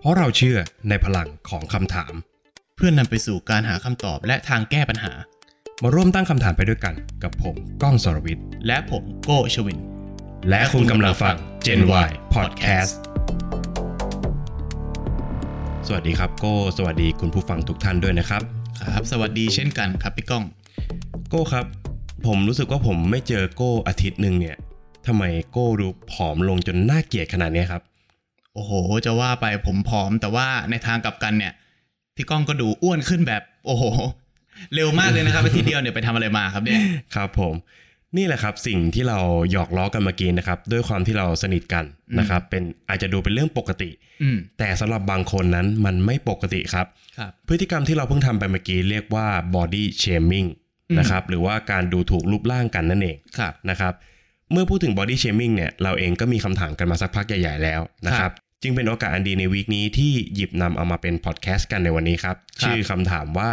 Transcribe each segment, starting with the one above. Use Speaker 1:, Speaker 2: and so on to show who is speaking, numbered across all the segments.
Speaker 1: เพราะเราเชื่อในพลังของคำถาม
Speaker 2: เพื่อนนำไปสู่การหาคำตอบและทางแก้ปัญหา
Speaker 1: มาร่วมตั้งคำถามไปด้วยกันกับผมก้องสรวิทย์
Speaker 2: และผมโก้ชวิน
Speaker 1: และคุณกำลังฟัง Gen Y Podcast สวัสดีครับโก้สวัสดีคุณผู้ฟังทุกท่านด้วยนะครับ
Speaker 2: ครับ สวัสดีเช่นกันครับพี่ก้อง
Speaker 1: โก้ครับ ผมรู้สึกว่าผมไม่เจอโก้อาทิตย์หนึ่งเนี่ยทำไมโก้ดูผอมลงจนน่าเกลียดขนาดเนี้ยครับ
Speaker 2: โอ้โห จะว่าไปผมผอม แต่ว่าในทางกลับกันเนี่ย พี่ก้องก็ดูอ้วนขึ้นแบบ โอ้โห เร็วมากเลยนะครับ อาทีเดียวเนี่ยไปทำอะไรมาครับเนี่ย
Speaker 1: ครับผมนี่แหละครับสิ่งที่เราหยอกล้อกันเมื่อกี้นะครับ ด้วยความที่เราสนิทกัน
Speaker 2: อืม
Speaker 1: นะครับเป็นอาจจะดูเป็นเรื่องปกติ
Speaker 2: อืม
Speaker 1: แต่สำหรับบางคนนั้นมันไม่ปกติครับ
Speaker 2: ครับ
Speaker 1: พฤติกรรมที่เราเพิ่งทำไปเมื่อกี้เรียกว่า body shaming
Speaker 2: อืม
Speaker 1: นะครับหรือว่าการดูถูกรูปร่างกันนั่นเอง
Speaker 2: ครับ
Speaker 1: นะครับเมื่อพูดถึง body shaming เนี่ยเราเองก็มีคำถามกันมาสักพักใหญ่ๆแล้วนะค
Speaker 2: ครั
Speaker 1: รับบ จึงเป็นโอกาสอันดีในวีคนี้ที่หยิบนำเอามาเป็นพอดแคสต์กันในวันนี้ครับ
Speaker 2: ครับ
Speaker 1: ชื่อคำถามว่า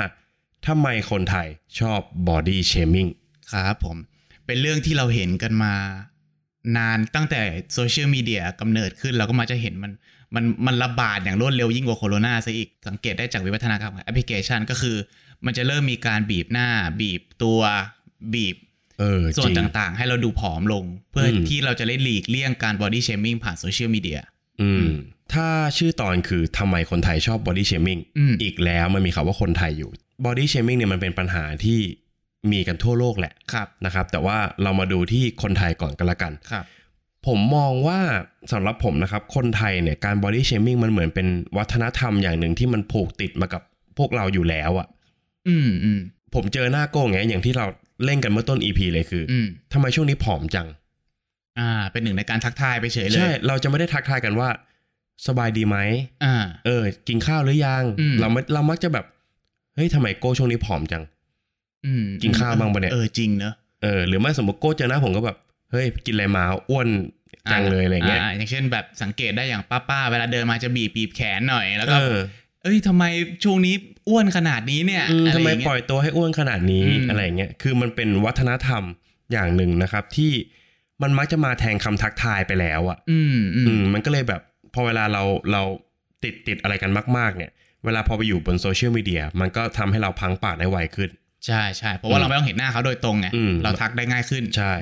Speaker 1: ทำไมคนไทยชอบ body shaming
Speaker 2: ครับผมเป็นเรื่องที่เราเห็นกันมานานตั้งแต่โซเชียลมีเดียกำเนิดขึ้นเราก็มาจะเห็นมันมันมันระบาดอย่างรวดเร็วยิ่งกว่าโคโรนาซะอีก สังเกตได้จากวิวัฒนาการของแอปพลิเคชันก็คือ มันจะเริ่มมีการบีบหน้า บีบตัวบีบ
Speaker 1: เออ
Speaker 2: ส่ว
Speaker 1: จ
Speaker 2: น
Speaker 1: ริง
Speaker 2: ต่างๆ ให้เราดูผอมลง เพื่ออ
Speaker 1: ม
Speaker 2: ที่เราจะได้หลีกเลี่ยงการบอดี้เชมิ่งผ่านโซเชียลมีเดีย
Speaker 1: อืมถ้าชื่อตอนคือทำไมคนไทยชอบบอดี้เชมิ n ง
Speaker 2: อืม
Speaker 1: อีกแล้วมันมีคำว่าคนไทยอยู่บอดี้เชมิ n งเนี่ยมันเป็นปัญหาที่มีกันทั่วโลกแหละ
Speaker 2: ครับ
Speaker 1: นะครับ แต่ว่าเรามาดูที่คนไทยก่อนกันละกัน
Speaker 2: ครับ
Speaker 1: ผมมองว่าสำหรับผมนะครับ คนไทยเนี่ยการบอดี้เชมิ n งมันเหมือนเป็นวัฒนธรรมอย่างหนึ่งที่มันผูกติดมากับพวกเราอยู่แล้วอะ่ะ
Speaker 2: อืมอืม
Speaker 1: ผมเจอหน้าโก้งไงอย่างที่เราเล่นกันเมื่อต้น EP เลยคืออ
Speaker 2: อืม
Speaker 1: ทำไมช่วงนี้ผอมจัง
Speaker 2: อ่า เป็นหนึ่งในการทักทายไปเฉยเล
Speaker 1: ใช่
Speaker 2: ย
Speaker 1: เราจะไม่ได้ทักทายกันว่า สบายดีไหม
Speaker 2: อ่า
Speaker 1: เออ กินข้าวหรือยัง
Speaker 2: อืม
Speaker 1: เราไม่เรามักจะแบบ เฮ้ยทำไมโก้ช่วงนี้ผอมจัง
Speaker 2: อืม
Speaker 1: กินข้าวบ้างปะเนี่ย
Speaker 2: เออจริงเนอะ
Speaker 1: เออ หรือไม่สมมติโก้เจอหน้าผมก็แบบ เฮ้ย กินอะไรมา อ้วนจังเลยอะไรเงี้ย
Speaker 2: าอย่างเช่นแบบสังเกตได้อย่างป้าๆ เวลาเดินมาจะบีบบีบแขนหน่อยแล้ว
Speaker 1: เอ
Speaker 2: ก็
Speaker 1: อ
Speaker 2: เอ้ยทำไมช่วงนี้อ้วนขนาดนี้เนี่ย
Speaker 1: อืม
Speaker 2: อะ
Speaker 1: ทำ
Speaker 2: ไร
Speaker 1: ไม
Speaker 2: อย่าง
Speaker 1: ป
Speaker 2: เงี้
Speaker 1: ล่
Speaker 2: ย
Speaker 1: อยตัวให้อ้วนขนาดนี้
Speaker 2: อืม
Speaker 1: อะไรเงี้ย คือมันเป็นวัฒนธรรมอย่างหนึ่งนะครับ ที่มันมักจะมาแทนคำทักทายไปแล้วอ่ะ
Speaker 2: อืมอื
Speaker 1: อื
Speaker 2: ม
Speaker 1: มมันก็เลยแบบพอเวลาเราเราติดติดอะไรกันมาก ๆ เนี่ย เวลาพอไปอยู่บนโซเชียลมีเดียมันก็ทำให้เราพังปากได้ไวขึ้น
Speaker 2: ใช่ใช่เพราะว่าเราไม่ต้องเห็นหน้าเขาโดยตรงไง
Speaker 1: อืม
Speaker 2: เราทักได้ง่ายขึ้น
Speaker 1: ใช่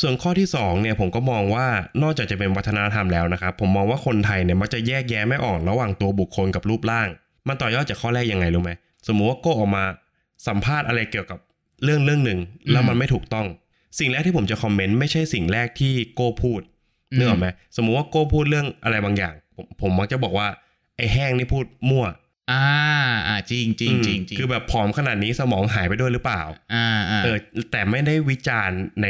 Speaker 1: ส่วนข้อที่สองเนี่ยผมก็มองว่านอกจากจะเป็นวัฒนธรรมแล้วนะครับ ผมมองว่าคนไทยเนี่ยมักจะแยกแยะไม่ออกระหว่างตัวบุคคลกับรูปร่าง มันต่อยอดจากข้อแรกยังไงรู้ไหมสมมุติว่าโก้ออกมาสัมภาษณ์อะไรเกี่ยวกับเรื่องเรื่องหนึ่งแล้วมันไม่ถูกต้อง สิ่งแรกที่ผมจะคอมเมนต์ไม่ใช่สิ่งแรกที่โก้พูดนึกออกไหมสมมุติว่าโก้พูดเรื่องอะไรบางอย่าง ผมผมมักจะบอกว่าไอ้แห้งนี่พูดมั่ว
Speaker 2: อ่าอ่าจริงจริงจริงจริง
Speaker 1: คือแบบผอมขนาดนี้สมองหายไปด้วยหรือเปล่า
Speaker 2: อ่าอ่า
Speaker 1: เออแต่ไม่ได้วิจารณ์ใน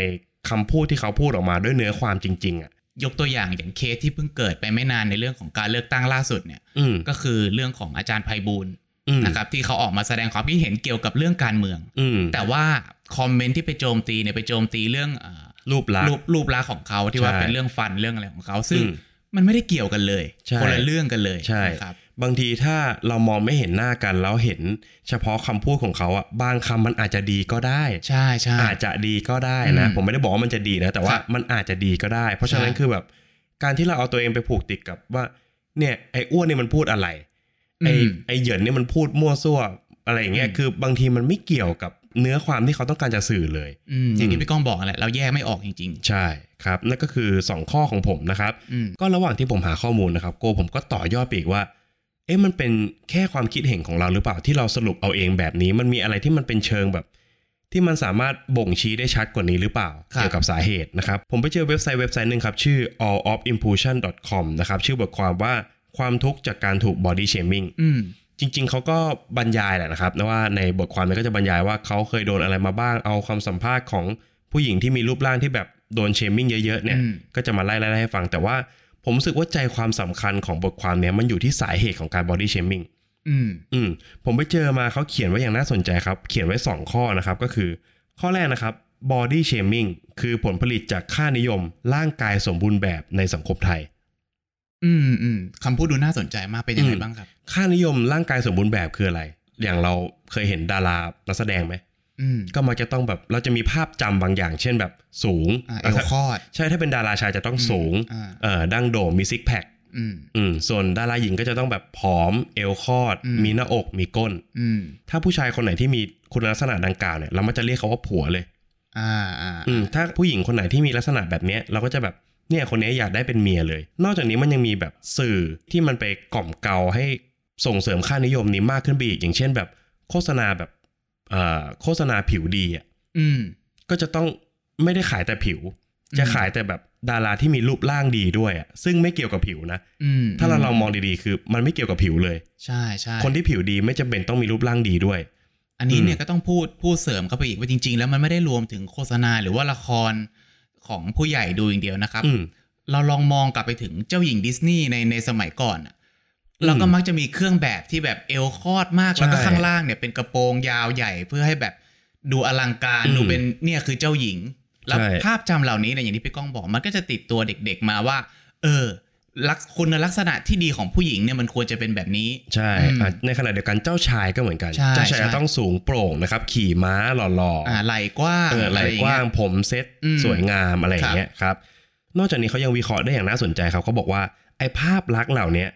Speaker 1: คำพูดที่เขาพูดออกมาด้วยเนื้อความจริง ๆ อ่ะ
Speaker 2: ยกตัวอย่างอย่างเคสที่เพิ่งเกิดไปไม่นานในเรื่องของการเลือกตั้งล่าสุดเนี่ย
Speaker 1: อืม
Speaker 2: ก็คือเรื่องของอาจารย์ไพบูลย์
Speaker 1: อืม
Speaker 2: นะครับที่เขาออกมาแสดงความคิดเห็นเกี่ยวกับเรื่องการเมือง
Speaker 1: อืม
Speaker 2: แต่ว่าคอมเมนต์ที่ไปโจมตีเนี่ยไปโจมตีเรื่องอ่า
Speaker 1: รูปลักษ
Speaker 2: รูป
Speaker 1: ณ์
Speaker 2: รูปลักษณ์ของเขาที่ว่า
Speaker 1: ใช่
Speaker 2: เป็นเรื่องฟันเรื่องอะไรของเขา ซึ่ง
Speaker 1: อืม
Speaker 2: มันไม่ได้เกี่ยวกันเลย
Speaker 1: ใช่
Speaker 2: คนละเรื่องกันเลย
Speaker 1: ใช่
Speaker 2: นะครับ
Speaker 1: บางทีถ้าเรามองไม่เห็นหน้ากันแล้วเห็นเฉพาะคำพูดของเขาอ่ะบางคำมันอาจจะดีก็ได้
Speaker 2: ใช่ใช่
Speaker 1: อาจจะดีก็ได้นะ
Speaker 2: อืม
Speaker 1: ผมไม่ได้บอกว่ามันจะดีนะ แต่ว่า
Speaker 2: ครับ
Speaker 1: มันอาจจะดีก็ได้ เพราะฉะนั้น
Speaker 2: ใช่
Speaker 1: คือแบบ การที่เราเอาตัวเองไปผูกติดกับว่า เนี่ยไอ้อ้วนเนี่ยมันพูดอะไรไอ้
Speaker 2: อืม
Speaker 1: ไอ้เหยินเนี่ยมันพูดมั่วซั่วอะไรอย่างเงี้ย
Speaker 2: อืม
Speaker 1: คือบางทีมันไม่เกี่ยวกับเนื้อความที่เขาต้องการจะสื่อเลย
Speaker 2: อืมอย่างที่พี่ก้องบอกแหละเราแยกไม่ออกจริง
Speaker 1: ใช่ครับนั่นก็คือ 2 ข้อของผมนะครับ
Speaker 2: ๆ อืม
Speaker 1: ก็ระหว่างที่ผมหาข้อมูลนะครับโกผมก็ต่อยอดไปอีกว่า เอ๊ะมันเป็นแค่ความคิดเห็นของเราหรือเปล่าที่เราสรุปเอาเองแบบนี้ มันมีอะไรที่มันเป็นเชิงแบบ ที่มันสามารถบ่งชี้ได้ชัดกว่านี้หรือเปล่า เกี่ยวกับสาเหตุนะครับ ผมไปเจอเว็บไซต์เว็บไซต์หนึ่งครับ ชื่อ allofimpusion.com นะครับชื่อบทความว่าความทุกข์จากการถูก body shaming
Speaker 2: อืม
Speaker 1: จริงๆ เขาก็บรรยายแหละนะครับนะว่าในบทความเนี้ก็จะบรรยายว่าเขาเคยโดนอะไรมาบ้าง เอาความสัมภาษณ์ของผู้หญิงที่มีรูปร่างที่แบบโดนเชมมิ่งเยอะๆเนี่ย
Speaker 2: อืม
Speaker 1: ก็จะมาไล่ๆให้ฟัง แต่ว่าผมรู้สึกว่าใจความสำคัญของบทความเนี้ยมันอยู่ที่สาเหตุของการบอดี้เชมมิ่ง
Speaker 2: อืม
Speaker 1: อืม ผมไปเจอมาเขาเขียนไว้อย่างน่าสนใจครับ เขียนไว้ 2 ข้อนะครับ ก็คือ ข้อแรกนะครับ body shaming คือผลผลิตจากค่านิยม ร่างกายสมบูรณ์แบบในสังคมไทย
Speaker 2: อืมอืมคำพูดดูน่าสนใจมากเป็นยังไง
Speaker 1: อืม
Speaker 2: บ้างครับ
Speaker 1: ค่านิยมร่างกายสมบูรณ์แบบคืออะไร อย่างเราเคยเห็นดารานักแสดงไหม
Speaker 2: อืม
Speaker 1: ก็มักจะต้องแบบเราจะมีภาพจำบางอย่าง เช่นแบบสูง
Speaker 2: อ่าเอ
Speaker 1: แล้ว
Speaker 2: ว
Speaker 1: ถ้า
Speaker 2: คลอด
Speaker 1: ใช่ถ้าเป็นดาราชายจะต้องสูง
Speaker 2: อ่า
Speaker 1: เอ่อดั้งโด่งมีซิกแพค
Speaker 2: อืม
Speaker 1: อืมส่วนดาราหญิงก็จะต้องแบบผอมเอวคอด
Speaker 2: อืม
Speaker 1: มีหน้าอกมีก้น
Speaker 2: อืม
Speaker 1: ถ้าผู้ชายคนไหนที่มีคุณลักษณะดังกล่าวเนี่ยเรามักจะเรียกเขาว่าผัวเลย
Speaker 2: อ่าอ่า
Speaker 1: อืมถ้าผู้หญิงคนไหนที่มีลักษณะแบบเนี้ยเราก็จะแบบเนี่ยคนนี้อยากได้เป็นเมียเลย นอกจากนี้มันยังมีแบบสื่อที่มันไปกล่อมเกลาให้ส่งเสริมค่านิยมนี้มากขึ้นไปอีกอย่างเช่นแบบโฆษณาแบบเอ่อโฆษณาผิวดีอ่ะ
Speaker 2: อืม
Speaker 1: ก็จะต้องไม่ได้ขายแต่ผิว
Speaker 2: อืม
Speaker 1: จะขายแต่แบบดาราที่มีรูปร่างดีด้วยอ่ะซึ่งไม่เกี่ยวกับผิวนะ
Speaker 2: อืม
Speaker 1: ถ้าเราลองมองดีๆ คือมันไม่เกี่ยวกับผิวเลย
Speaker 2: ใช่ใช่
Speaker 1: คนที่ผิวดีไม่จำเป็นต้องมีรูปร่างดีด้วย
Speaker 2: อันนี้
Speaker 1: อืม
Speaker 2: เนี่ยก็ต้องพูดพูดเสริมเข้าไปอีกว่าจริง ๆ แล้วมันไม่ได้รวมถึงโฆษณาหรือว่าละครของผู้ใหญ่ดูอย่างเดียวนะครับ
Speaker 1: อืม
Speaker 2: เราลองมองกลับไปถึงเจ้าหญิงดิสนีย์ในในสมัยก่อนอะ
Speaker 1: อืม
Speaker 2: เราก็มักจะมีเครื่องแบบที่แบบเอวคอดมาก
Speaker 1: ใช่
Speaker 2: แล้วก็ข้างล่างเนี่ยเป็นกระโปรงยาวใหญ่เพื่อให้แบบดูอลังการ
Speaker 1: อืม
Speaker 2: ดูเป็นเนี่ยคือเจ้าหญิง แล้ว
Speaker 1: ใช่
Speaker 2: ภาพจำเหล่านี้เนี่ยอย่างที่พี่ก้องบอกมันก็จะติดตัวเด็ก ๆ มาว่า เออลักษคุณลักษณะที่ดีของผู้หญิงเนี่ยมันควรจะเป็นแบบนี้
Speaker 1: ใช่
Speaker 2: อืม
Speaker 1: อ่ะในขณะเดียวกันเจ้าชายก็เหมือนกัน
Speaker 2: ใช่
Speaker 1: เจ้าชาย
Speaker 2: ใช่
Speaker 1: จะต้องสูงโปร่งนะครับ ขี่ม้าหล่อ
Speaker 2: อ่าไหล่กว้าง
Speaker 1: ๆเออไหล่กว้าง
Speaker 2: อะไรอย่เย
Speaker 1: ผมเซ็ต
Speaker 2: อืม
Speaker 1: สวยงามอะไรอย่างเงี้ยครับ นอกจากนี้เขายังวิเคราะห์ได้อย่างน่าสนใจครับเขาบอกว่าไอ้ภาพลักษณ์เหล่าเนี้ย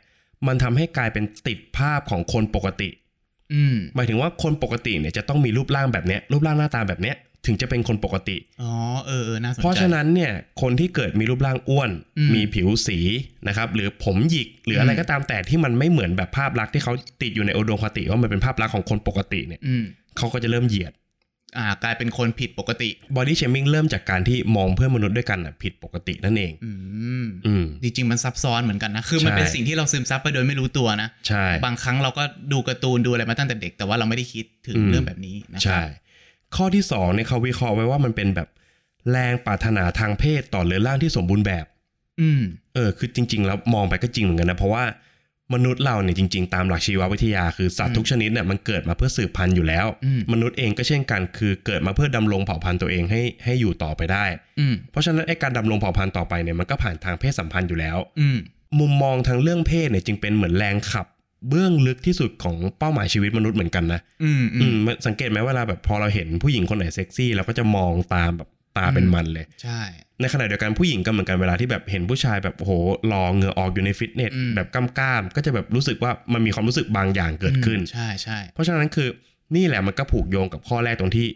Speaker 1: มันทำให้กลายเป็นติดภาพของคนปกติ
Speaker 2: อืม
Speaker 1: หมายถึงว่าคนปกติเนี่ยจะต้องมีรูปร่างแบบเนี้ยรูปร่างหน้าตาแบบเนี้ยถึงจะเป็นคนปกติ
Speaker 2: อ๋อเออเออน่าสนใจ
Speaker 1: เพราะฉะนั้นเนี่ยคนที่เกิดมีรูปร่างอ้วน
Speaker 2: อืม
Speaker 1: มีผิวสีนะครับ หรือผมหยิกหรืออะไร
Speaker 2: อืม
Speaker 1: ก็ตามแต่ที่มันไม่เหมือนแบบภาพลักษณ์ที่เขาติดอยู่ในอุดมคติว่ามันเป็นภาพลักษณ์ของคนปกติเนี่ย
Speaker 2: อืม
Speaker 1: เขาก็จะเริ่มเหยียด
Speaker 2: อ่า กลายเป็นคนผิดปกติ
Speaker 1: บอดี้เชมิ่งเริ่มจากการที่มองเพื่อนมนุษย์ด้วยกันน่ะผิดปกตินั่นเอง
Speaker 2: อืม
Speaker 1: อืม
Speaker 2: จริงๆ มันซับซ้อนเหมือนกันนะ คือมัน
Speaker 1: ใช่
Speaker 2: เป็นสิ่งที่เราซึมซับไปโดยไม่รู้ตัวนะ
Speaker 1: ใช่
Speaker 2: บางครั้งเราก็ดูการ์ตูนดูอะไรมาตั้งแต่เด็ก แต่ว่าเราไม่ได้คิดถึง
Speaker 1: อืม
Speaker 2: เรื่องแบบนี้นะครั
Speaker 1: ใช่ ข้อที่สองเนี่ยเขาวิเคราะห์ไว้ว่ามันเป็นแบบแรงปรารถนาทางเพศต่อเรือนร่างที่สมบูรณ์แบบ
Speaker 2: อืม
Speaker 1: เออคือจริง ๆ แล้วมองไปก็จริงเหมือนกันนะ เพราะว่ามนุษย์เราเนี่ยจริง ๆ ตามหลักชีววิทยาคือสัตว์ทุกชนิดเนี่ยมันเกิดมาเพื่อสืบพันธุ์อยู่แล้ว
Speaker 2: อืม
Speaker 1: มนุษย์เองก็เช่นกันคือเกิดมาเพื่อดำรงเผ่าพันธุ์ตัวเองให้ให้อยู่ต่อไปได้
Speaker 2: อืม
Speaker 1: เพราะฉะนั้นไอ้การดำรงเผ่าพันธุ์ต่อไปเนี่ยมันก็ผ่านทางเพศสัมพันธ์อยู่แล้ว
Speaker 2: อืม
Speaker 1: มุมมองทางเรื่องเพศเนี่ยจึงเป็นเหมือนแรงขับ เบื้องลึกที่สุดของเป้าหมายชีวิตมนุษย์เหมือนกันนะ
Speaker 2: อืม อื
Speaker 1: อืม
Speaker 2: ม
Speaker 1: มันสังเกตไหมเวลาแบบพอเราเห็นผู้หญิงคนไหนเซ็กซี่เราก็จะมองตามแบบตาเป็นมันเลย
Speaker 2: ใช่
Speaker 1: ในขณะเดียวกันผู้หญิงก็เหมือนกันเวลาที่แบบเห็นผู้ชายแบบโอ้โหรอเหงื่อออกอยู่ในฟิตเนส
Speaker 2: อืม
Speaker 1: แบบกล้ามกล้ามๆก็จะแบบรู้สึกว่ามันมีความรู้สึกบางอย่างเกิดขึ้น
Speaker 2: อืมใช่ใช่
Speaker 1: เพราะฉะนั้นคือนี่แหละมันก็ผูกโยงกับข้อแรกตรงที่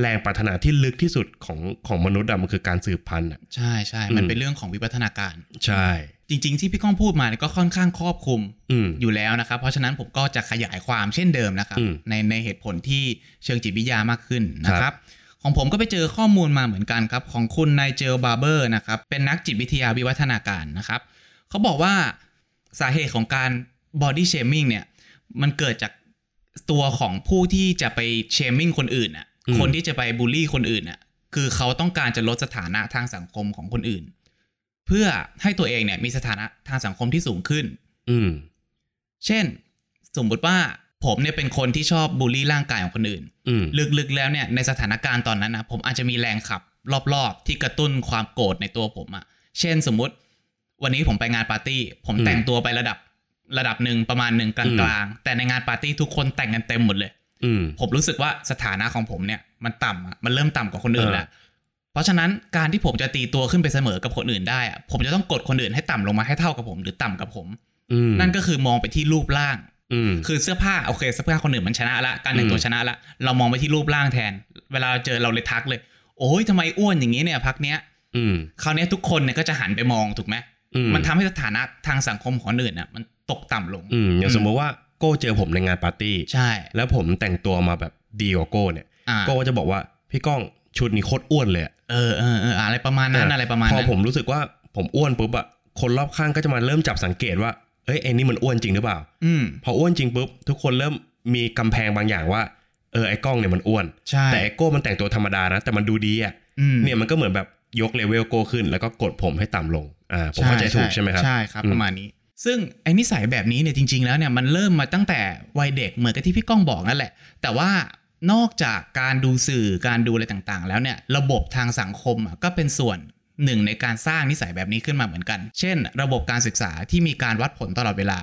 Speaker 1: แรงปรารถนาที่ลึกที่สุดของของมนุษย์อะมันคือการสืบพันธุ์อะ
Speaker 2: ใช่ใช่
Speaker 1: อืม
Speaker 2: มันเป็นเรื่องของวิวัฒนาการ
Speaker 1: ใช่
Speaker 2: จริง ๆ ที่พี่ก้องพูดมาเนี่ยก็ค่อนข้างครอบคลุม
Speaker 1: อืม
Speaker 2: อยู่แล้วนะครับ เพราะฉะนั้นผมก็จะขยายความเช่นเดิมนะครับ
Speaker 1: อืม
Speaker 2: ในในเหตุผลที่เชิงจิตวิทยามากขึ้นนะค
Speaker 1: ครั
Speaker 2: รับ
Speaker 1: บ
Speaker 2: ของผมก็ไปเจอข้อมูลมาเหมือนกันครับ ของคุณนายเจลบาร์เบอร์นะครับ เป็นนักจิตวิทยาวิวัฒนาการนะครับ เขาบอกว่าสาเหตุของการบอดี้เชมิ่งเนี่ย มันเกิดจากตัวของผู้ที่จะไปเชมิ่งคนอื่นอ่ะคนที่จะไปบูลลี่คนอื่นอ่ะคือเขาต้องการจะลดสถานะทางสังคมของคนอื่น เพื่อให้ตัวเองเนี่ยมีสถานะทางสังคมที่สูงขึ้น
Speaker 1: อืม
Speaker 2: เช่น สมมุติว่าผมเนี่ยเป็นคนที่ชอบบูลลี่ร่างกายของคนอื่น
Speaker 1: อืม
Speaker 2: ลึกๆแล้วเนี่ยในสถานการณ์ตอนนั้นนะผมอาจจะมีแรงขับ รอบๆ ที่กระตุ้นความโกรธในตัวผมอะ่ะเช่นสมมุติวันนี้ผมไปงานปาร์ตี้ ผมแต่งตัวไประดับระดับหนึ่งประมาณหนึ่งกล
Speaker 1: อื
Speaker 2: าง
Speaker 1: ม
Speaker 2: ๆ แต่ในงานปาร์ตี้ทุกคนแต่งกันเต็มหมดเลย
Speaker 1: อืม
Speaker 2: ผมรู้สึกว่าสถานะของผมเนี่ยมันต่ำอะมันเริ่มต่ำกว่าคนอื่น
Speaker 1: เออ
Speaker 2: แล้ว เพราะฉะนั้นการที่ผมจะตีตัวขึ้นไปเสมอกับคนอื่นได้อะผมจะต้องกดคนอื่นให้ต่ำลงมาให้เท่ากับผม หรือต่ำกับผม
Speaker 1: อืม
Speaker 2: นั่นก็คือมองไปที่รูปร่าง
Speaker 1: อืม
Speaker 2: คือเสื้อผ้าโอเคเสื้อผ้าคนอื่นมันชนะละการแต่งตัว
Speaker 1: อืม
Speaker 2: ชนะละเรามองไปที่รูปร่างแทน เวลาเจอเราเลยทักเลย โอ้ยทำไมอ้วนอย่างนี้เนี่ยพักเนี้ย
Speaker 1: อืม
Speaker 2: คราวเนี้ยทุกคนเนี่ยก็จะหันไปมองถูกไหม
Speaker 1: อืม
Speaker 2: มันทำให้สถานะทางสังคมของคนอื่นน่ะมันตกต่ำลง
Speaker 1: อืมอย่างสมมติว่าโก้เจอผมในงานปาร์ตี้
Speaker 2: ใช่
Speaker 1: แล้วผมแต่งตัวมาแบบดีกว่าโก้เนี่ย
Speaker 2: อ่า
Speaker 1: โก้ก็จะบอกว่าพี่ก้องชุดนี้โคตรอ้วนเลยอะ
Speaker 2: เออเออเอออะไรประมาณนั้นอะไรประมาณ
Speaker 1: พอ
Speaker 2: นั้น
Speaker 1: ผมรู้สึกว่าผมอ้วนปุ๊บอะคนรอบข้างก็จะมาเริ่มจับสังเกตว่าเอ้ยไอ้นี่มันอ้วนจริงหรือเปล่า
Speaker 2: อืม
Speaker 1: พออ้วนจริงปุ๊บทุกคนเริ่มมีกำแพงบางอย่างว่าเออไอ้กล้องเนี่ยมันอ้วน
Speaker 2: ใช่
Speaker 1: แต่ไอ้โก้มันแต่งตัวธรรมดานะ แต่มันดูดีอะ
Speaker 2: อืม
Speaker 1: เนี่ยมันก็เหมือนแบบยกเลเวลโก้ขึ้น แล้วก็กดผมให้ต่ำลงอ่าผมเข้าใจถูกใช่ไหมครับ
Speaker 2: ใช่ครับ
Speaker 1: อืม
Speaker 2: ประมาณนี้ ซึ่งไอ้นิสัยแบบนี้เนี่ยจริง ๆ แล้วเนี่ยมันเริ่มมาตั้งแต่วัยเด็กเหมือนกับที่พี่ก้องบอกนั่นแหละ แต่ว่านอกจากการดูสื่อการดูอะไรต่างๆ แล้วเนี่ยระบบทางสังคมอ่ะก็เป็นส่วนหนึ่งในการสร้างนิสัยแบบนี้ขึ้นมาเหมือนกัน เช่น ระบบการศึกษาที่มีการวัดผลตลอดเวลา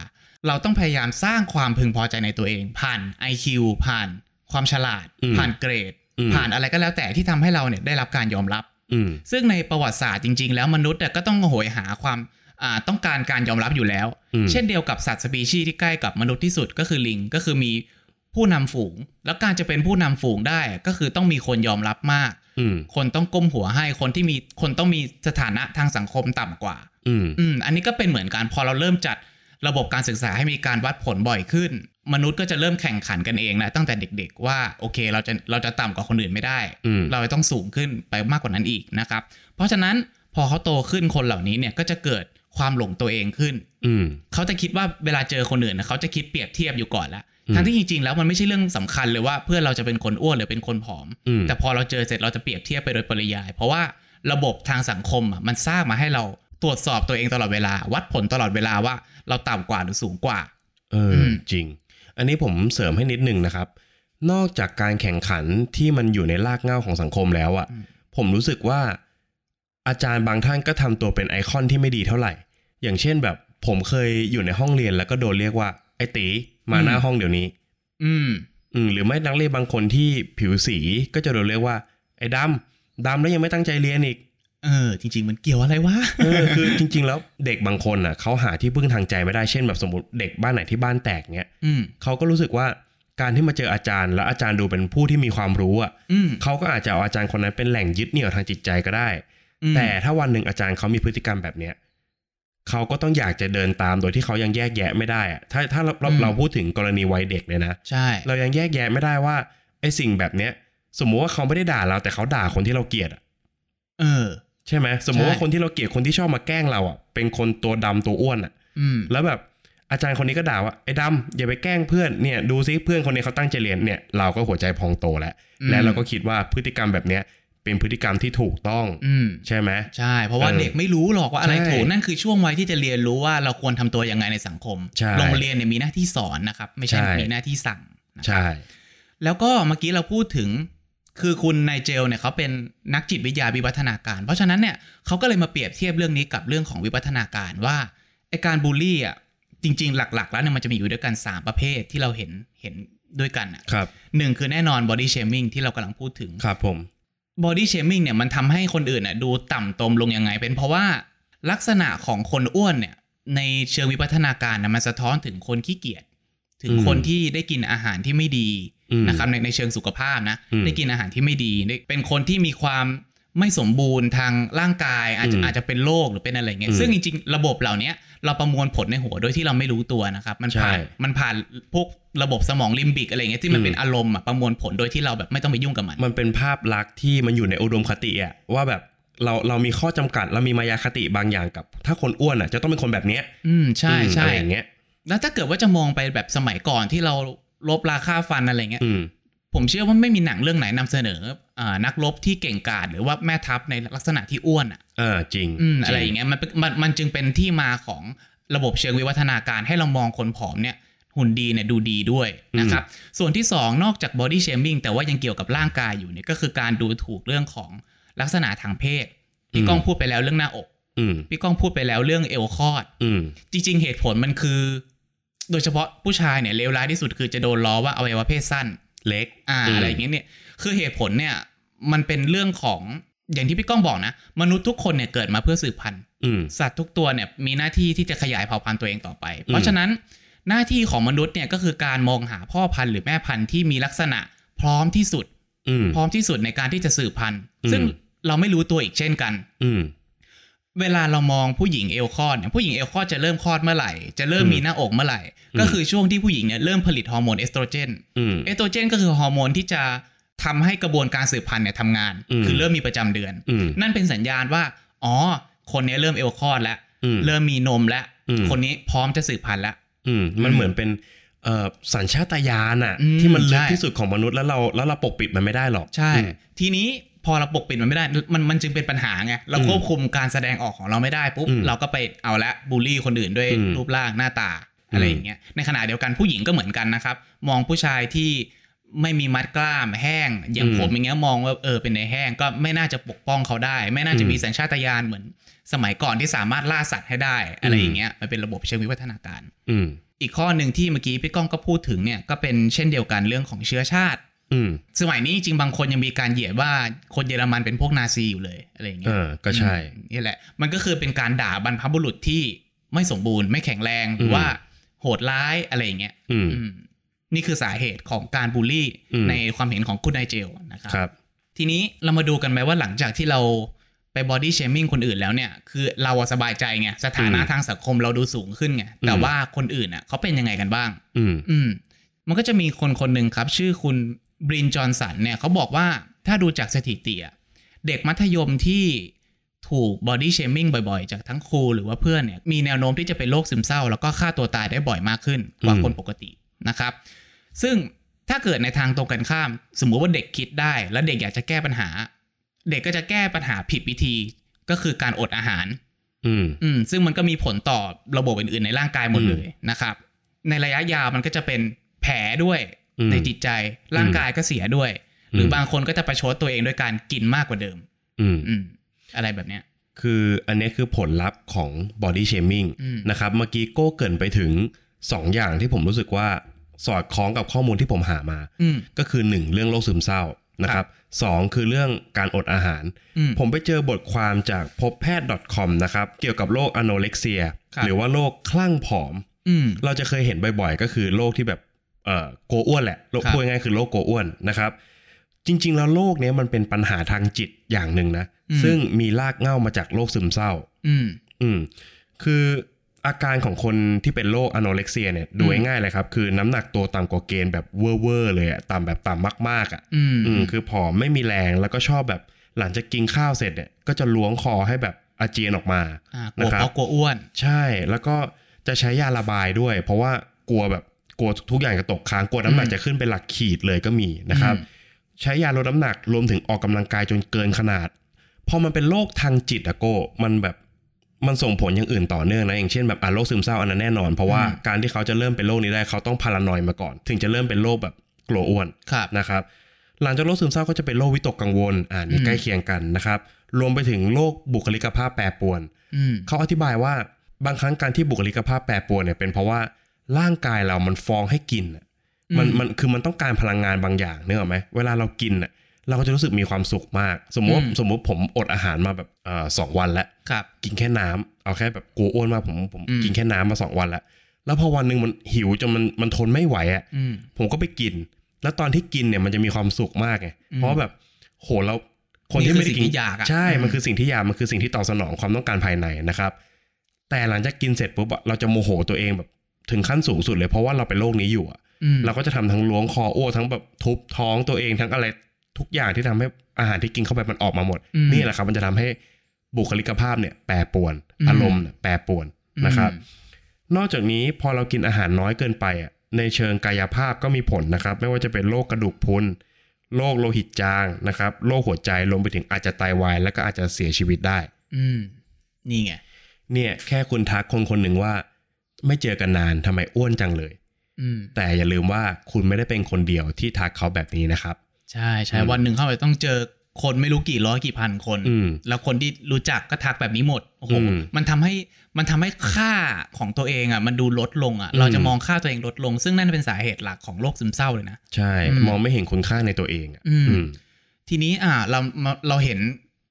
Speaker 2: เราต้องพยายามสร้างความพึงพอใจในตัวเอง ผ่าน IQ ผ่านความฉลาด
Speaker 1: อืม
Speaker 2: ผ่านเกรด
Speaker 1: อืม
Speaker 2: ผ่านอะไรก็แล้วแต่ที่ทำให้เราเนี่ยได้รับการยอมรับ
Speaker 1: อืม
Speaker 2: ซึ่งในประวัติศาสตร์จริง ๆ แล้วมนุษย์เนี่ยก็ต้องโหยหาความ อ่าต้องการการยอมรับอยู่แล้ว
Speaker 1: อืม
Speaker 2: เช่นเดียวกับสัตว์สปีชีส์ที่ใกล้กับมนุษย์ที่สุดก็คือลิงก็คือมีผู้นำฝูง แล้วการจะเป็นผู้นำฝูงได้ก็คือต้องมีคนยอมรับมาก
Speaker 1: อืม
Speaker 2: คนต้องก้มหัวให้คนที่มีคนต้องมีสถานะทางสังคมต่ำกว่า
Speaker 1: อืม
Speaker 2: อืมอันนี้ก็เป็นเหมือนกันพอเราเริ่มจัดระบบการศึกษาให้มีการวัดผลบ่อยขึ้น มนุษย์ก็จะเริ่มแข่งขันกันเองนะตั้งแต่เด็ก ๆ ว่าโอเคเราจะเราจะต่ำกว่าคนอื่นไม่ได้
Speaker 1: อืม
Speaker 2: เราต้องสูงขึ้นไปมากกว่านั้นอีกนะครับ เพราะฉะนั้นพอเขาโตขึ้นคนเหล่านี้เนี่ยก็จะเกิดความหลงตัวเองขึ้น
Speaker 1: อืม
Speaker 2: เขาจะคิดว่าเวลาเจอคนอื่นนะเขาจะคิดเปรียบเทียบอยู่ก่อนละ
Speaker 1: อืม
Speaker 2: ทั้งที่จริงๆแล้วมันไม่ใช่เรื่องสำคัญเลยว่าเพื่อนเราจะเป็นคนอ้วนหรือเป็นคนผอม
Speaker 1: อืม
Speaker 2: แต่พอเราเจอเสร็จเราจะเปรียบเทียบไปโดยปริยาย เพราะว่าระบบทางสังคมอ่ะมันสร้างมาให้เราตรวจสอบตัวเองตลอดเวลา วัดผลตลอดเวลาว่าเราต่ำกว่าหรือสูงกว่า
Speaker 1: เอออ
Speaker 2: ม
Speaker 1: จริง อันนี้ผมเสริมให้นิดนึงนะครับ นอกจากการแข่งขันที่มันอยู่ในรากเหง้าของสังคมแล้วอะผมรู้สึกว่า อาจารย์บางท่านก็ทำตัวเป็นไอคอนที่ไม่ดีเท่าไหร่ อย่างเช่นแบบ ผมเคยอยู่ในห้องเรียนแล้วก็โดนเรียกว่าไอตีมาหน้าห้องเดี๋ยวนี้
Speaker 2: อืม
Speaker 1: อืมหรือไม่นักเรียนบางคนที่ผิวสีก็จะโดนเรียกว่า ไอ้ดำดำแล้วยังไม่ตั้งใจเรียนอีก
Speaker 2: เออ จริง ๆ มันเกี่ยวอะไรวะ
Speaker 1: เออคือ จริง ๆ แล้วเด็กบางคนอ่ะเขาหาที่พึ่งทางใจไม่ได้เช่นแบบสมมติเด็กบ้านไหนที่บ้านแตกเนี้ย
Speaker 2: อืม
Speaker 1: เขาก็รู้สึกว่าการที่มาเจออาจารย์ แล้วอาจารย์ดูเป็นผู้ที่มีความรู้อ่ะ
Speaker 2: อืม
Speaker 1: เขาก็อาจจะเอาอาจารย์คนนั้นเป็นแหล่งยึดเหนี่ยวทางจิตใจก็ได้
Speaker 2: อืม
Speaker 1: แต่ถ้าวันหนึ่งอาจารย์เขามีพฤติกรรมแบบเนี้ยเขาก็ต้องอยากจะเดินตามโดยที่เขายังแยกแยะไม่ได้อะถ้าถ้าเราเราเราพูดถึงกรณีวัยเด็กเลยนะ
Speaker 2: ใช่
Speaker 1: เรายังแยกแยะไม่ได้ว่าไอ้สิ่งแบบเนี้ย สมมุติว่าเขาไม่ได้ด่าเราแต่เขาด่าคนที่เราเกลียดอะ
Speaker 2: เออ
Speaker 1: ใช่ไหมสมมุติว่า
Speaker 2: ใช่
Speaker 1: คนที่เราเกลียดคนที่ชอบมาแกล้งเราอ่ะเป็นคนตัวดำตัวอ้วนอ่ะ
Speaker 2: อืม
Speaker 1: แล้วแบบอาจารย์คนนี้ก็ด่าว่าไอ้ดำอย่าไปแกล้งเพื่อนเนี่ยดูซิเพื่อนคนนี้เขาตั้งใจเรียนเนี่ยเราก็หัวใจพองโตแล้ว
Speaker 2: อืม
Speaker 1: และเราก็คิดว่าพฤติกรรมแบบเนี้ยเป็นพฤติกรรมที่ถูกต้อง
Speaker 2: อืม
Speaker 1: ใช่ไหม
Speaker 2: ใช่ เพราะว่า
Speaker 1: เออ
Speaker 2: เด็กไม่รู้หรอกว่าอะไร
Speaker 1: ใช่
Speaker 2: ถูกนั่นคือช่วงวัยที่จะเรียนรู้ว่าเราควรทำตัวยังไงในสังคม
Speaker 1: ใช่
Speaker 2: โรงเรียนเนี่ยมีหน้าที่สอนนะครับ ไม่ใช่
Speaker 1: ใช่
Speaker 2: มีหน้าที่สั่งนะ
Speaker 1: ใช่
Speaker 2: แล้วก็เมื่อกี้เราพูดถึง คือคุณไนายเจลเนี่ยเขาเป็นนักจิตวิทยาวิวัฒนาการ เพราะฉะนั้นเนี่ยเขาก็เลยมาเปรียบเทียบเรื่องนี้กับเรื่องของวิวัฒนาการว่าไอการบูลลี่อ่ะจริง ๆ หลัก ๆ แล้วเนี่ยมันจะมีอยู่ด้วยกันสามประเภทที่เราเห็นเห็นด้วยกันอ่ะ
Speaker 1: ครับ
Speaker 2: หนึ่งคือแน่นอน body shaming ที่เรากำลังพูดถึง
Speaker 1: ครับผม
Speaker 2: บอดี้เชมิ n งเนี่ยมันทำให้คนอื่นน่ะดูต่ำตมลงยังไง เป็นเพราะว่าลักษณะของคนอ้วนเนี่ยในเชิงวิวัฒนาการนะมันสะท้อนถึงคนขี้เกียจถึง
Speaker 1: อืม
Speaker 2: คนที่ได้กินอาหารที่ไม่ดี
Speaker 1: อืม
Speaker 2: นะครับในในเชิงสุขภาพนะ
Speaker 1: อืม
Speaker 2: ได้กินอาหารที่ไม่ดีได้เป็นคนที่มีความไม่สมบูรณ์ทางร่างกายอาจจะ
Speaker 1: อืม
Speaker 2: อาจจะเป็นโรคหรือเป็นอะไรเงี้ย
Speaker 1: อืม
Speaker 2: ซึ่งจริงๆ ระบบเหล่าเนี้ยเราประมวลผลในหัวโดยที่เราไม่รู้ตัวนะครับมันผ่าน
Speaker 1: ใช่
Speaker 2: มันผ่านพวกระบบสมองลิมบิกอะไรเงี้ยที่มัน
Speaker 1: อืม
Speaker 2: เป็นอารมณ์อะประมวลผลโดยที่เราแบบไม่ต้องไปยุ่งกับมัน
Speaker 1: มันเป็นภาพลักษณ์ที่มันอยู่ในอุดมคติอะว่าแบบเราเรามีข้อจำกัดเรามีมายาคติบางอย่างกับ ถ้าคนอ้วนอะจะต้องเป็นคนแบบเนี้ย
Speaker 2: อืมใช่
Speaker 1: อืม
Speaker 2: ใช่
Speaker 1: อะไรอย่างเงี้ย
Speaker 2: แล้วถ้าเกิดว่าจะมองไปแบบสมัยก่อนที่เราลบราค่าฟันอะไรเงี้ย
Speaker 1: อืม
Speaker 2: ผมเชื่อว่าไม่มีหนังเรื่องไหนนำเสนออ่านักรบที่เก่งกาจหรือว่าแม่ทัพในลักษณะที่อ้วนอ่ะ
Speaker 1: เออจริง
Speaker 2: อืม
Speaker 1: จ
Speaker 2: อะไรอย่างเงี้ยมันเป็นมันมันจึงเป็นที่มาของระบบเชิงวิวัฒนาการให้เรามองคนผอมเนี่ยหุ่นดีเนี่ยดูดีด้วยนะครับ ส่วนที่ 2 นอกจาก body shaming แต่ว่ายังเกี่ยวกับร่างกายอยู่เนี่ยก็คือการดูถูกเรื่องของลักษณะทางเพศพี่ก้องพูดไปแล้วเรื่องหน้าอก
Speaker 1: อืม
Speaker 2: พี่ก้องพูดไปแล้วเรื่องเอวคลอด
Speaker 1: อืม
Speaker 2: จริงๆ เหตุผลมันคือ โดยเฉพาะผู้ชายเนี่ยเลวร้ายที่สุดคือจะโดนล้อว่าอวัยวะเพศสั้น
Speaker 1: เล็ก
Speaker 2: อ่า
Speaker 1: อืม
Speaker 2: อะไรอย่างเงี้ยเนี่ยคือเหตุผลเนี่ยมันเป็นเรื่องของอย่างที่พี่ก้องบอกนะ มนุษย์ทุกคนเนี่ยเกิดมาเพื่อสืบพันธุ์
Speaker 1: อืม
Speaker 2: สัตว์ทุกตัวเนี่ยมีหน้าที่ที่จะขยายเผ่าพันธุ์ตัวเองต่อไป
Speaker 1: อืม
Speaker 2: เพราะฉะนั้นหน้าที่ของมนุษย์เนี่ยก็คือการมองหาพ่อพันธุ์หรือแม่พันธุ์ที่มีลักษณะพร้อมที่สุด
Speaker 1: อืม
Speaker 2: พร้อมที่สุดในการที่จะสืบพันธุ์
Speaker 1: อืม
Speaker 2: ซึ่งเราไม่รู้ตัวอีกเช่นกัน
Speaker 1: อืม
Speaker 2: เวลาเรามองผู้หญิงเอลคลอดเนี่ยผู้หญิงเอลคลอดจะเริ่มคลอดเมื่อไหร่ จะเริ่ม
Speaker 1: อืม
Speaker 2: มีหน้าอกเมื่อไหร่
Speaker 1: อืม
Speaker 2: ก็คือช่วงที่ผู้หญิงเนี่ยเริ่มผลิตฮอร์โมนเอสโตรเจน
Speaker 1: อืม
Speaker 2: เอสโตรเจนก็คือฮอร์โมนที่จะทำให้กระบวนการสืบพันธุ์เนี่ยทำงาน
Speaker 1: อืม
Speaker 2: คือเริ่มมีประจำเดือน
Speaker 1: อืม
Speaker 2: นั่นเป็นสัญญาณว่า อ๋อ คนเนี้ยเริ่มเอลคลอดแล้ว
Speaker 1: อืม
Speaker 2: เริ่มมีนมแล้ว
Speaker 1: อืม
Speaker 2: คนนี้พร้อมจะสืบพันธุ์แล้ว
Speaker 1: อืม มันเหมือนเป็นเอ่อสัญชาตญาณอะ
Speaker 2: อืม
Speaker 1: ที่มันลึก
Speaker 2: ใช่
Speaker 1: ที่สุดของมนุษย์แล้วเราแล้วเราปกปิดมันไม่ได้หรอก
Speaker 2: ใช่
Speaker 1: อืม
Speaker 2: ทีนี้พอเราปกปิดมันไม่ได้ มันมันจึงเป็นปัญหาไง เรา
Speaker 1: อืม
Speaker 2: ควบคุมการแสดงออกของเราไม่ได้ปุ๊บ
Speaker 1: อืม
Speaker 2: เราก็ไปเอาละบูลลี่คนอื่นด้วย
Speaker 1: อืม
Speaker 2: รูปร่างหน้าตาอะไรอย่างเงี้ย ในขณะเดียวกันผู้หญิงก็เหมือนกันนะครับ มองผู้ชายที่ไม่มีมัดกล้ามแห้ง อย่าง
Speaker 1: อืม
Speaker 2: ผมอย่างเงี้ยมองว่าเออเป็นในายแห้งก็ไม่น่าจะปกป้องเขาได้ ไม่น่าจะมี
Speaker 1: อืม
Speaker 2: สัญชาตญาณเหมือน สมัยก่อนที่สามารถล่าสัตว์ให้ได้อะไรอย่างเงี้ยมันเป็นระบบเชิงวิวัฒนาการ
Speaker 1: อืม
Speaker 2: อีกข้อหนึ่งที่เมื่อกี้พี่ก้องก็พูดถึงเนี่ยก็เป็นเช่นเดียวกันเรื่องของเชื้อชาติ
Speaker 1: อืม
Speaker 2: สมัยนี้จริงๆบางคนยังมีการเหยียดว่าคนเยอรมันเป็นพวกนาซีอยู่เลยอะไรอย่างเงี้ย
Speaker 1: เออก็ใช่
Speaker 2: อืมนี่แหละ มันก็คือเป็นการด่าบรรพบุรุษที่ไม่สมบูรณ์ไม่แข็งแรงหรือว่าโหดร้ายอะไรอย่างเงี้ย
Speaker 1: อืม
Speaker 2: อืมนี่คือสาเหตุของการบูลลี่
Speaker 1: อืม
Speaker 2: ในความเห็นของคุณนายเจลนะครับ
Speaker 1: ครับ
Speaker 2: ทีนี้เรามาดูกันไหมว่าหลังจากที่เราไปบอดี้เชมิ่งคนอื่นแล้วเนี่ย คือเราอะสบายใจไงสถานะ
Speaker 1: อืม
Speaker 2: ทางสังคมเราดูสูงขึ้นไงแต่
Speaker 1: อืม
Speaker 2: ว่าคนอื่นอ่ะเขาเป็นยังไงกันบ้าง
Speaker 1: อืม
Speaker 2: อืมมันก็จะมีคนคนหนึ่งครับ ชื่อคุณบรินจอห์นสันเนี่ยเขาบอกว่าถ้าดูจากสถิติอะเด็กมัธยมที่ถูกบอดี้เชมิ่งบ่อยๆ จากทั้งครูหรือว่าเพื่อนเนี่ยมีแนวโน้มที่จะเป็นโรคซึมเศร้า แล้วก็ฆ่าตัวตายได้บ่อยมากขึ้นกว่า
Speaker 1: อืม
Speaker 2: คนปกตินะครับ ซึ่งถ้าเกิดในทางตรงกันข้าม สมมุติว่าเด็กคิดได้ แล้วเด็กอยากจะแก้ปัญหา เด็กก็จะแก้ปัญหาผิดวิธีก็คือการอดอาหาร
Speaker 1: อืม
Speaker 2: อืมซึ่งมันก็มีผลต่อระบบอื่นๆ ในร่างกายหมดเลยนะครับ ในระยะยาวมันก็จะเป็นแผลด้วย
Speaker 1: อืม
Speaker 2: ในจิตใจร่างกายก็เสียด้วย หรืออ
Speaker 1: ม
Speaker 2: บางคนก็จะประชดตัวเองด้วยการกินมากกว่าเดิม
Speaker 1: อืม
Speaker 2: อืม อะไรแบบเนี้ย
Speaker 1: คืออันนี้คือผลลัพธ์ของ body shaming
Speaker 2: อืม
Speaker 1: นะครับ เมื่อกี้โก้เกรินไปถึง 2 อย่างที่ผมรู้สึกว่าสอดคล้องกับข้อมูลที่ผมหามา
Speaker 2: อืม
Speaker 1: ก็คือ 1 เรื่องโรคซึมเศร้านะครับสองคือเรื่องการอดอาหาร
Speaker 2: อืม
Speaker 1: ผมไปเจอบทความจากพบแพทย์ .com นะครับ เกี่ยวกับโรคอโนเล็กเซีย
Speaker 2: ครับ
Speaker 1: หรือว่าโรคคลั่งผอม
Speaker 2: อืม
Speaker 1: เราจะเคยเห็นบ่อยๆ ก็คือโรคที่แบบเอ่อโกลัวอ้วนแหละโรค
Speaker 2: ครับ
Speaker 1: พูดง่ายๆคือโรคโกลัวอ้วนนะครับ จริง ๆ แล้วโรคเนี้ยมันเป็นปัญหาทางจิตอย่างหนึ่งนะ ซึ่งมีรากเหง้ามาจากโรคซึมเศร้า
Speaker 2: อืม
Speaker 1: อืม คืออาการของคนที่เป็นโรคอโนเล็กเซียเนี่ยดูง่ายๆเลยครับ คือน้ำหนักตัวต่ำกว่าเกณฑ์แบบเวอร์ๆเลยอะต่ำแบบต่ำมากๆอะ
Speaker 2: อืม
Speaker 1: อืมคือผอมไม่มีแรงแล้วก็ชอบแบบหลังจากกินข้าวเสร็จเนี่ยก็จะล้วงคอให้แบบอาเจียนออกมา
Speaker 2: อ่ากลัว
Speaker 1: นะครับ
Speaker 2: เพราะกลัวอ้วน
Speaker 1: ใช่แล้วก็จะใช้ยาระบายด้วย เพราะว่ากลัวแบบกลัวทุกอย่างจะตกค้างกลัวน้ำหนัก
Speaker 2: อืม
Speaker 1: จะขึ้นเป็นหลักขีดเลยก็มีนะครับ
Speaker 2: อืม
Speaker 1: ใช้ยาลดน้ำหนักรวมถึงออกกำลังกายจนเกินขนาด พอมันเป็นโรคทางจิตอะโกมันแบบมันส่งผลอย่างอื่นต่อเนื่องนะอย่างเช่นแบบอ่ะโรคซึมเศร้าอันนั้นแน่นอน เพราะว่าการที่เขาจะเริ่มเป็นโรคนี้ได้เขาต้องพารานอยมาก่อน ถึงจะเริ่มเป็นโรคแบบกลัวอ้วน
Speaker 2: ครับ
Speaker 1: นะครับหลังจากโรคซึมเศร้าก็จะเป็นโรควิตกกังวลอ่านี่
Speaker 2: อืม
Speaker 1: ใกล้เคียงกันนะครับรวมไปถึงโรคบุคลิกภาพแปรปรวน
Speaker 2: อืม
Speaker 1: เขาอธิบายว่าบางครั้งการที่บุคลิกภาพแปรปรวนเนี่ยเป็นเพราะว่าร่างกายเรามันฟ้องให้กินอะมัน
Speaker 2: อืม
Speaker 1: มันคือมันต้องการพลังงานบางอย่างเนกอะไหมเวลาเรากินอ่ะเราก็จะรู้สึกมีความสุขมาก สมมติว่า
Speaker 2: อืม
Speaker 1: สมมติผมอดอาหารมาแบบเอ่อสองวันแล้ว
Speaker 2: ครับ
Speaker 1: กินแค่น้ำเอาแค่แบบกลัวอ้วนมากผมผม
Speaker 2: อืม
Speaker 1: กินแค่น้ำมาสองวันแล้วแล้วพอวันหนึ่งมันหิวจนมันมันทนไม่ไหวอ่ะ
Speaker 2: อืม
Speaker 1: ผมก็ไปกิน แล้วตอนที่กินเนี่ยมันจะมีความสุขมากไง
Speaker 2: อืม
Speaker 1: เพราะแบบ โหเราคน
Speaker 2: นี่
Speaker 1: ที่
Speaker 2: คือ
Speaker 1: ไม่ได้
Speaker 2: สิ่
Speaker 1: กิ
Speaker 2: งที่
Speaker 1: น
Speaker 2: อยากอะ
Speaker 1: ใช่
Speaker 2: อืม
Speaker 1: มันคือสิ่งที่อยาก มันคือสิ่งที่ตอบสนองความต้องการภายในนะครับ แต่หลังจากกินเสร็จปุ๊บอะเราจะโมโหตัวเองแบบถึงขั้นสูงสุดเลย เพราะว่าเราเป็นโรคนี้อยู่อะ
Speaker 2: อืม
Speaker 1: เราก็จะทำทั้งล้วงคออ้วกทั้งแบบทุบท้องตัวเองทั้งอะไรทุกอย่างที่ทำให้อาหารที่กินเข้าไปมันออกมาหมด
Speaker 2: อืม
Speaker 1: นี่แหละครับ มันจะทำให้บุคลิกภาพเนี่ยแปรปรวน
Speaker 2: อืม
Speaker 1: อารมณ์เนี่ยแปรปรวน
Speaker 2: อืม
Speaker 1: นะครับ นอกจากนี้พอเรากินอาหารน้อยเกินไปอ่ะในเชิงกายภาพก็มีผลนะครับ ไม่ว่าจะเป็นโรคกระดูกพรุนโรคโลหิตจางนะครับโรคหัวใจรวมไปถึงอาจจะไตาวาย แล้วก็อาจจะเสียชีวิตได้
Speaker 2: อืม นี่ไง
Speaker 1: เนี่ยแค่คุณทักคนคนหนึ่งว่า ไม่เจอกันนานทำไมอ้วนจังเลย
Speaker 2: อืม
Speaker 1: แต่อย่าลืมว่าคุณไม่ได้เป็นคนเดียวที่ทักเขาแบบนี้นะครับ
Speaker 2: ใช่ใช่
Speaker 1: อืม
Speaker 2: วันหนึ่งเข้าไปต้องเจอคนไม่รู้กี่ร้อยกี่พันคน
Speaker 1: อืม
Speaker 2: แล้วคนที่รู้จักก็ทักแบบนี้หมดโอ้โห
Speaker 1: อืม
Speaker 2: มันทำให้มันทำให้ค่าของตัวเองอ่ะ มันดูลดลงอ่ะ
Speaker 1: อืม
Speaker 2: เราจะมองค่าตัวเองลดลง ซึ่งนั่นเป็นสาเหตุหลักของโรคซึมเศร้าเลยนะ
Speaker 1: ใช่
Speaker 2: อืม
Speaker 1: มองไม่เห็นคุณค่าในตัวเองอะ
Speaker 2: อืม
Speaker 1: อืม
Speaker 2: ทีนี้อ่ะเรามาเราเห็น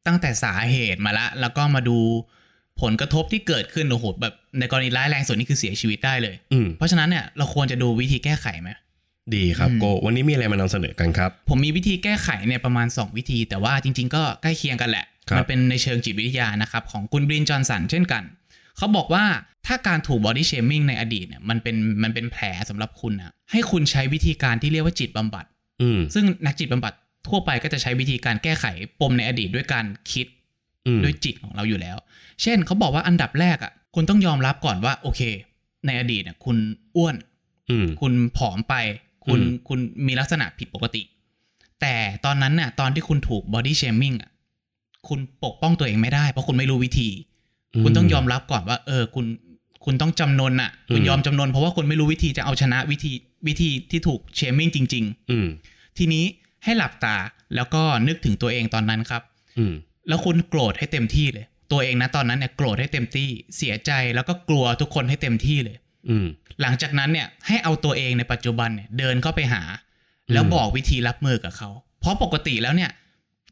Speaker 2: ตั้งแต่สาเหตุมาละ แล้วก็มาดูผลกระทบที่เกิดขึ้นโอ้โหแบบในกรณีร้ายแรงสุดนี่คือเสียชีวิตได้เลย
Speaker 1: อืม
Speaker 2: เพราะฉะนั้นเนี่ยเราควรจะดูวิธีแก้ไขไหม
Speaker 1: ดีครับ
Speaker 2: อืม
Speaker 1: โกวันนี้มีอะไรมานำเสนอกันครับ
Speaker 2: ผมมีวิธีแก้ไขเนี่ยประมาณ 2 วิธี แต่ว่าจริง ๆ ก็ใกล้เคียงกันแหละ
Speaker 1: ครับ
Speaker 2: มัเป็นในเชิงจิตวิทยานะครับ ของคุณบรินจอห์นสันเช่นกัน เขาบอกว่าถ้าการถูกบอดี้เชมิ่งในอดีตเนี่ยมันเป็นมันเป็นแผลสำหรับคุณนะให้คุณใช้วิธีการที่เรียกว่าจิตบำบัด
Speaker 1: อืม
Speaker 2: ซึ่งนักจิตบำบัดทั่วไปก็จะใช้วิธีการแก้ไขปมในอดีตด้วยการคิด
Speaker 1: อืม
Speaker 2: ด้วยจิตของเราอยู่แล้ว เช่นเขาบอกว่าอันดับแรกอ่ะคุณต้องยอมรับก่อนว่าโอเค ในอดีตเนี่ยคุณอ้วน
Speaker 1: อืม
Speaker 2: คุณผอมไป คุณ
Speaker 1: อืม
Speaker 2: คุณมีลักษณะผิดปกติ แต่ตอนนั้นน่ะ ตอนที่คุณถูกบอดี้เชมิ่งอ่ะคุณปกป้องตัวเองไม่ได้ เพราะคุณไม่รู้วิธี คุณต้องยอมรับก่อนว่า เออ คุณ คุณต้องจำนนอ่ะ คุณ
Speaker 1: อืม
Speaker 2: ยอมจำนนเพราะว่าคุณไม่รู้วิธีจะเอาชนะวิธีวิธีที่ถูกเชมิ่งจริง
Speaker 1: อืม
Speaker 2: ๆ ทีนี้ให้หลับตาแล้วก็นึกถึงตัวเองตอนนั้นครับ
Speaker 1: อืม
Speaker 2: แล้วคุณโกรธให้เต็มที่เลย ตัวเองนะตอนนั้นเนี่ยโกรธให้เต็มที่ เสียใจแล้วก็กลัวทุกคนให้เต็มที่เลย
Speaker 1: อืม
Speaker 2: หลังจากนั้นเนี่ยให้เอาตัวเองในปัจจุบันเนี่ยเดินเข้าไปหา แล้วบอกวิธีรับมือกับเขา เพราะปกติแล้วเนี่ย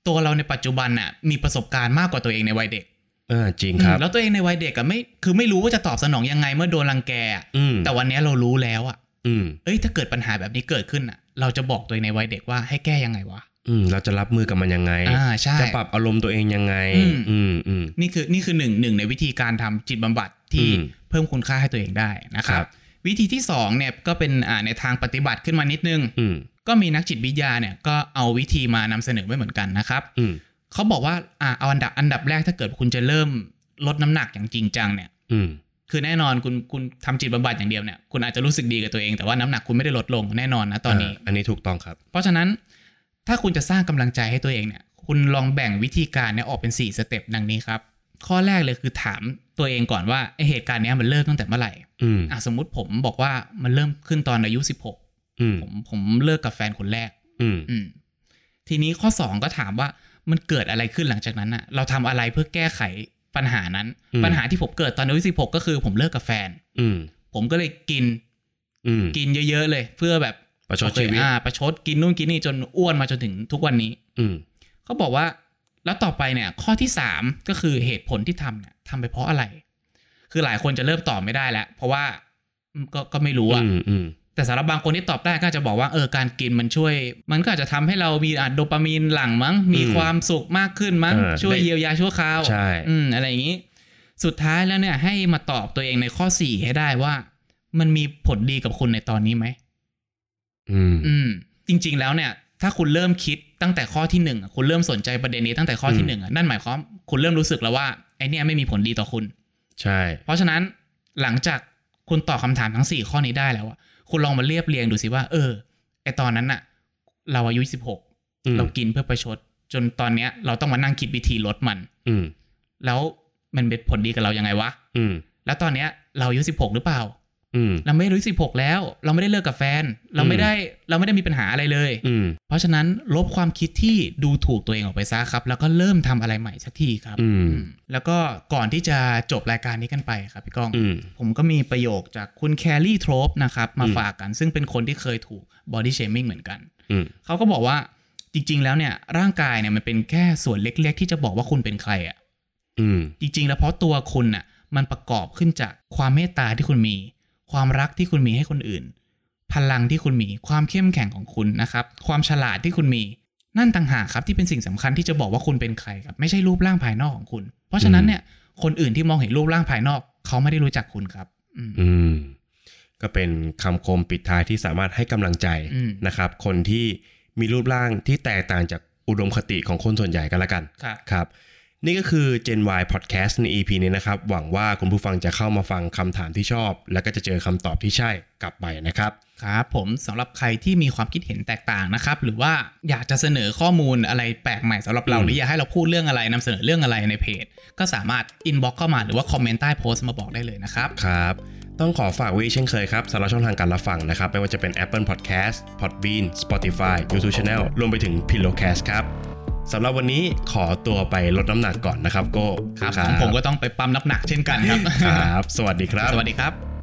Speaker 2: ตัวเราในปัจจุบันน่ะมีประสบการณ์มากกว่าตัวเองในวัยเด็ก
Speaker 1: เออจริงครับ
Speaker 2: แล้วตัวเองในวัยเด็กอะไม่คือไม่รู้ว่าจะตอบสนองยังไงเมื่อโดนรังแกอะ
Speaker 1: อืม
Speaker 2: แต่วันเนี้ยเรารู้แล้วอะ
Speaker 1: อืม
Speaker 2: เอ้ยถ้าเกิดปัญหาแบบนี้เกิดขึ้นอะเราจะบอกตัวเองในวัยเด็กว่าให้แก้ยังไงวะ
Speaker 1: อืมเราจะรับมือกับมันยังไง
Speaker 2: อ่าใช่
Speaker 1: จะปรับอารมณ์ตัวเองยังไง
Speaker 2: อืม
Speaker 1: อืมอืม
Speaker 2: นี่คือนี่คือหนึ่งหนึ่งในวิธีการทำจิตบำบัดที่
Speaker 1: อืม
Speaker 2: เพิ่มคุณค่าให้ตัวเองได้นะค
Speaker 1: ค
Speaker 2: รั
Speaker 1: รับ บ
Speaker 2: วิธีที่สองเนี่ยก็เป็นอ่าในทางปฏิบัติขึ้นมานิดนึง
Speaker 1: อืม
Speaker 2: ก็มีนักจิตวิทยาเนี่ยก็เอาวิธีมานำเสนอไว้เหมือนกันนะครับ
Speaker 1: อืม
Speaker 2: เขาบอกว่าอ่าเอาอันดับอันดับแรกถ้าเกิดคุณจะเริ่มลดน้ำหนักอย่างจริงจังเนี่ย
Speaker 1: อืม
Speaker 2: คือแน่นอนคุณคุณทำจิตบำบัดอย่างเดียวเนี่ยคุณอาจจะรู้สึกดีกับตัวเองแต่ว่าน้ำหนักคุณไม่ได้ลดลงแน่นอนนะตอนนี้
Speaker 1: าอันนี้ถูกต้องครับ
Speaker 2: เพราะฉะนั้นถ้าคุณจะสร้างกำลังใจให้ตัวเองเนี่ย คุณลองแบ่งวิธีการเนี่ยออกเป็น 4 สเต็ปดังนี้ครับ ข้อแรกเลยคือถามตัวเองก่อนว่าไอเหตุการณ์เนี้ยมันเริ่มตั้งแต่เมื่อไหร่
Speaker 1: อืม
Speaker 2: อ่ะสมมุติผมบอกว่ามันเริ่มขึ้นตอนอายุ 16
Speaker 1: อืม
Speaker 2: ผมผมเลิกกับแฟนคนแรก
Speaker 1: อืม
Speaker 2: อืมทีนี้ข้อ 2 ก็ถามว่ามันเกิดอะไรขึ้นหลังจากนั้นอะเราทำอะไรเพื่อแก้ไขปัญหานั้น ปัญหาที่ผมเกิดตอนอายุ 16 ก็คือผมเลิกกับแฟน
Speaker 1: อืม
Speaker 2: ผมก็เลยกิน
Speaker 1: อืม
Speaker 2: กินเยอะๆเลย เพื่อแบบ
Speaker 1: ประชด
Speaker 2: โอเค
Speaker 1: ชีวิต
Speaker 2: อ่าประชดกินนู่นกินนี่จนอ้วนมาจนถึงทุกวันนี้
Speaker 1: อืม
Speaker 2: เขาบอกว่าแล้วต่อไปเนี่ย ข้อที่สามก็คือเหตุผลที่ทำเนี่ยทำไปเพราะอะไร คือหลายคนจะเริ่มตอบไม่ได้แล้ว เพราะว่าอืมก็ก็ไม่รู้อะ
Speaker 1: อืมอืม
Speaker 2: แต่สำหรับบางคนที่ตอบได้ก็อาจจะบอกว่าเออการกินมันช่วย มันก็อาจจะทำให้เรามีอะโดปามีนหลั่งมั้ง มีความสุขมากขึ้นมั้ง ช่วยเยียวยาชั่วคราว
Speaker 1: ใช่
Speaker 2: อืมอะไรอย่างนี้ สุดท้ายแล้วเนี่ยให้มาตอบตัวเองในข้อสี่ให้ได้ว่า มันมีผลดีกับคุณในตอนนี้ไหม
Speaker 1: อืม
Speaker 2: อืมจริงๆแล้วเนี่ย ถ้าคุณเริ่มคิดตั้งแต่ข้อที่หนึ่งอะคุณเริ่มสนใจประเด็นนี้ตั้งแต่ข้อที่
Speaker 1: อืม
Speaker 2: หนึ่งอะนั่นหมายความคุณเริ่มรู้สึกแล้วว่าไอเนี่ยไม่มีผลดีต่อคุณ
Speaker 1: ใช่
Speaker 2: เพราะฉะนั้นหลังจากคุณตอบคำถามทั้งสี่ข้อนี้ได้แล้วอะคุณลองมาเรียบเรียงดูสิว่า เออไอตอนนั้นอะเราอายุสิบหก
Speaker 1: อืม
Speaker 2: เรากินเพื่อประชด จนตอนเนี้ย เราต้องมานั่งคิดวิธีลดมัน
Speaker 1: อืม
Speaker 2: แล้วมันเป็นผลดีกับเรายังไงวะ
Speaker 1: อืม
Speaker 2: แล้วตอนเนี้ยเราอายุสิบหกหรือเปล่า
Speaker 1: อืม
Speaker 2: เราไม่ได้อายุสิบหกแล้ว เราไม่ได้เลิกกับแฟน เราไม่ได้เราไม่ได้มีปัญหาอะไรเลย
Speaker 1: อืม
Speaker 2: เพราะฉะนั้นลบความคิดที่ดูถูกตัวเองออกไปซะครับ แล้วก็เริ่มทำอะไรใหม่สักทีครับ
Speaker 1: อืม
Speaker 2: อืมแล้วก็ก่อนที่จะจบรายการนี้กันไปครับพี่ก้อง
Speaker 1: อืม
Speaker 2: ผมก็มีประโยคจากคุณแคลรี่โทรปนะครับ มา
Speaker 1: อืม
Speaker 2: ฝากกัน ซึ่งเป็นคนที่เคยถูกบอดี้เชมิ่งเหมือนกัน
Speaker 1: อืม
Speaker 2: เขาก็บอกว่าจริง ๆ แล้วเนี่ย ร่างกายเนี่ยมันเป็นแค่ส่วนเล็ก ๆ ที่จะบอกว่าคุณเป็นใครอะ่ะ
Speaker 1: อืม
Speaker 2: จริง ๆ แล้วเพราะตัวคุณน่ะมันประกอบขึ้นจากความเมตตาที่คุณมี ความรักที่คุณมีให้คนอื่น พลังที่คุณมีความเข้มแข็งของคุณนะครับ ความฉลาดที่คุณมี นั่นต่างหากครับที่เป็นสิ่งสำคัญที่จะบอกว่าคุณเป็นใครครับไม่ใช่รูปร่างภายนอกของคุณ เพราะฉะนั้นเนี่ยคนอื่นที่มองเห็นรูปร่างภายนอก เขาไม่ได้รู้จักคุณครับอืม
Speaker 1: อืมก็เป็นคำคมปิดท้ายที่สามารถให้กำลังใจ
Speaker 2: อืม
Speaker 1: นะครับ คนที่มีรูปร่างที่แตกต่างจากอุดมคติของคนส่วนใหญ่กันละกัน
Speaker 2: ครับ
Speaker 1: ครับนี่ก็คือ Gen Y Podcast ใน EP นี้นะครับ หวังว่าคุณผู้ฟังจะเข้ามาฟังคำถามที่ชอบ แล้วก็จะเจอคำตอบที่ใช่กลับไปนะครับ
Speaker 2: ครับผมสำหรับใครที่มีความคิดเห็นแตกต่างนะครับ หรือว่าอยากจะเสนอข้อมูลอะไรแปลกใหม่สำหรับเรา
Speaker 1: อืม
Speaker 2: หรืออยากให้เราพูดเรื่องอะไรนำเสนอเรื่องอะไรในเพจ ก็สามารถอินบ็อกเข้ามาหรือว่าคอมเมนต์ใต้โพสต์มาบอกได้เลยนะครับ
Speaker 1: ครับ ต้องขอฝากไว้เช่นเคยครับสำหรับช่องทางการรับฟังนะครับ ไม่ว่าจะเป็น Apple Podcast Podbean Spotify YouTube Channel รวมไปถึง Pillowcast ครับสำหรับวันนี้ขอตัวไปลดน้ำหนักก่อนนะครับโก้
Speaker 2: ครับผมก็ต้องไปปั๊มน้ำหนักเช่นกันครับ
Speaker 1: ครับ สวัสดีครับ
Speaker 2: สวัสดีครับ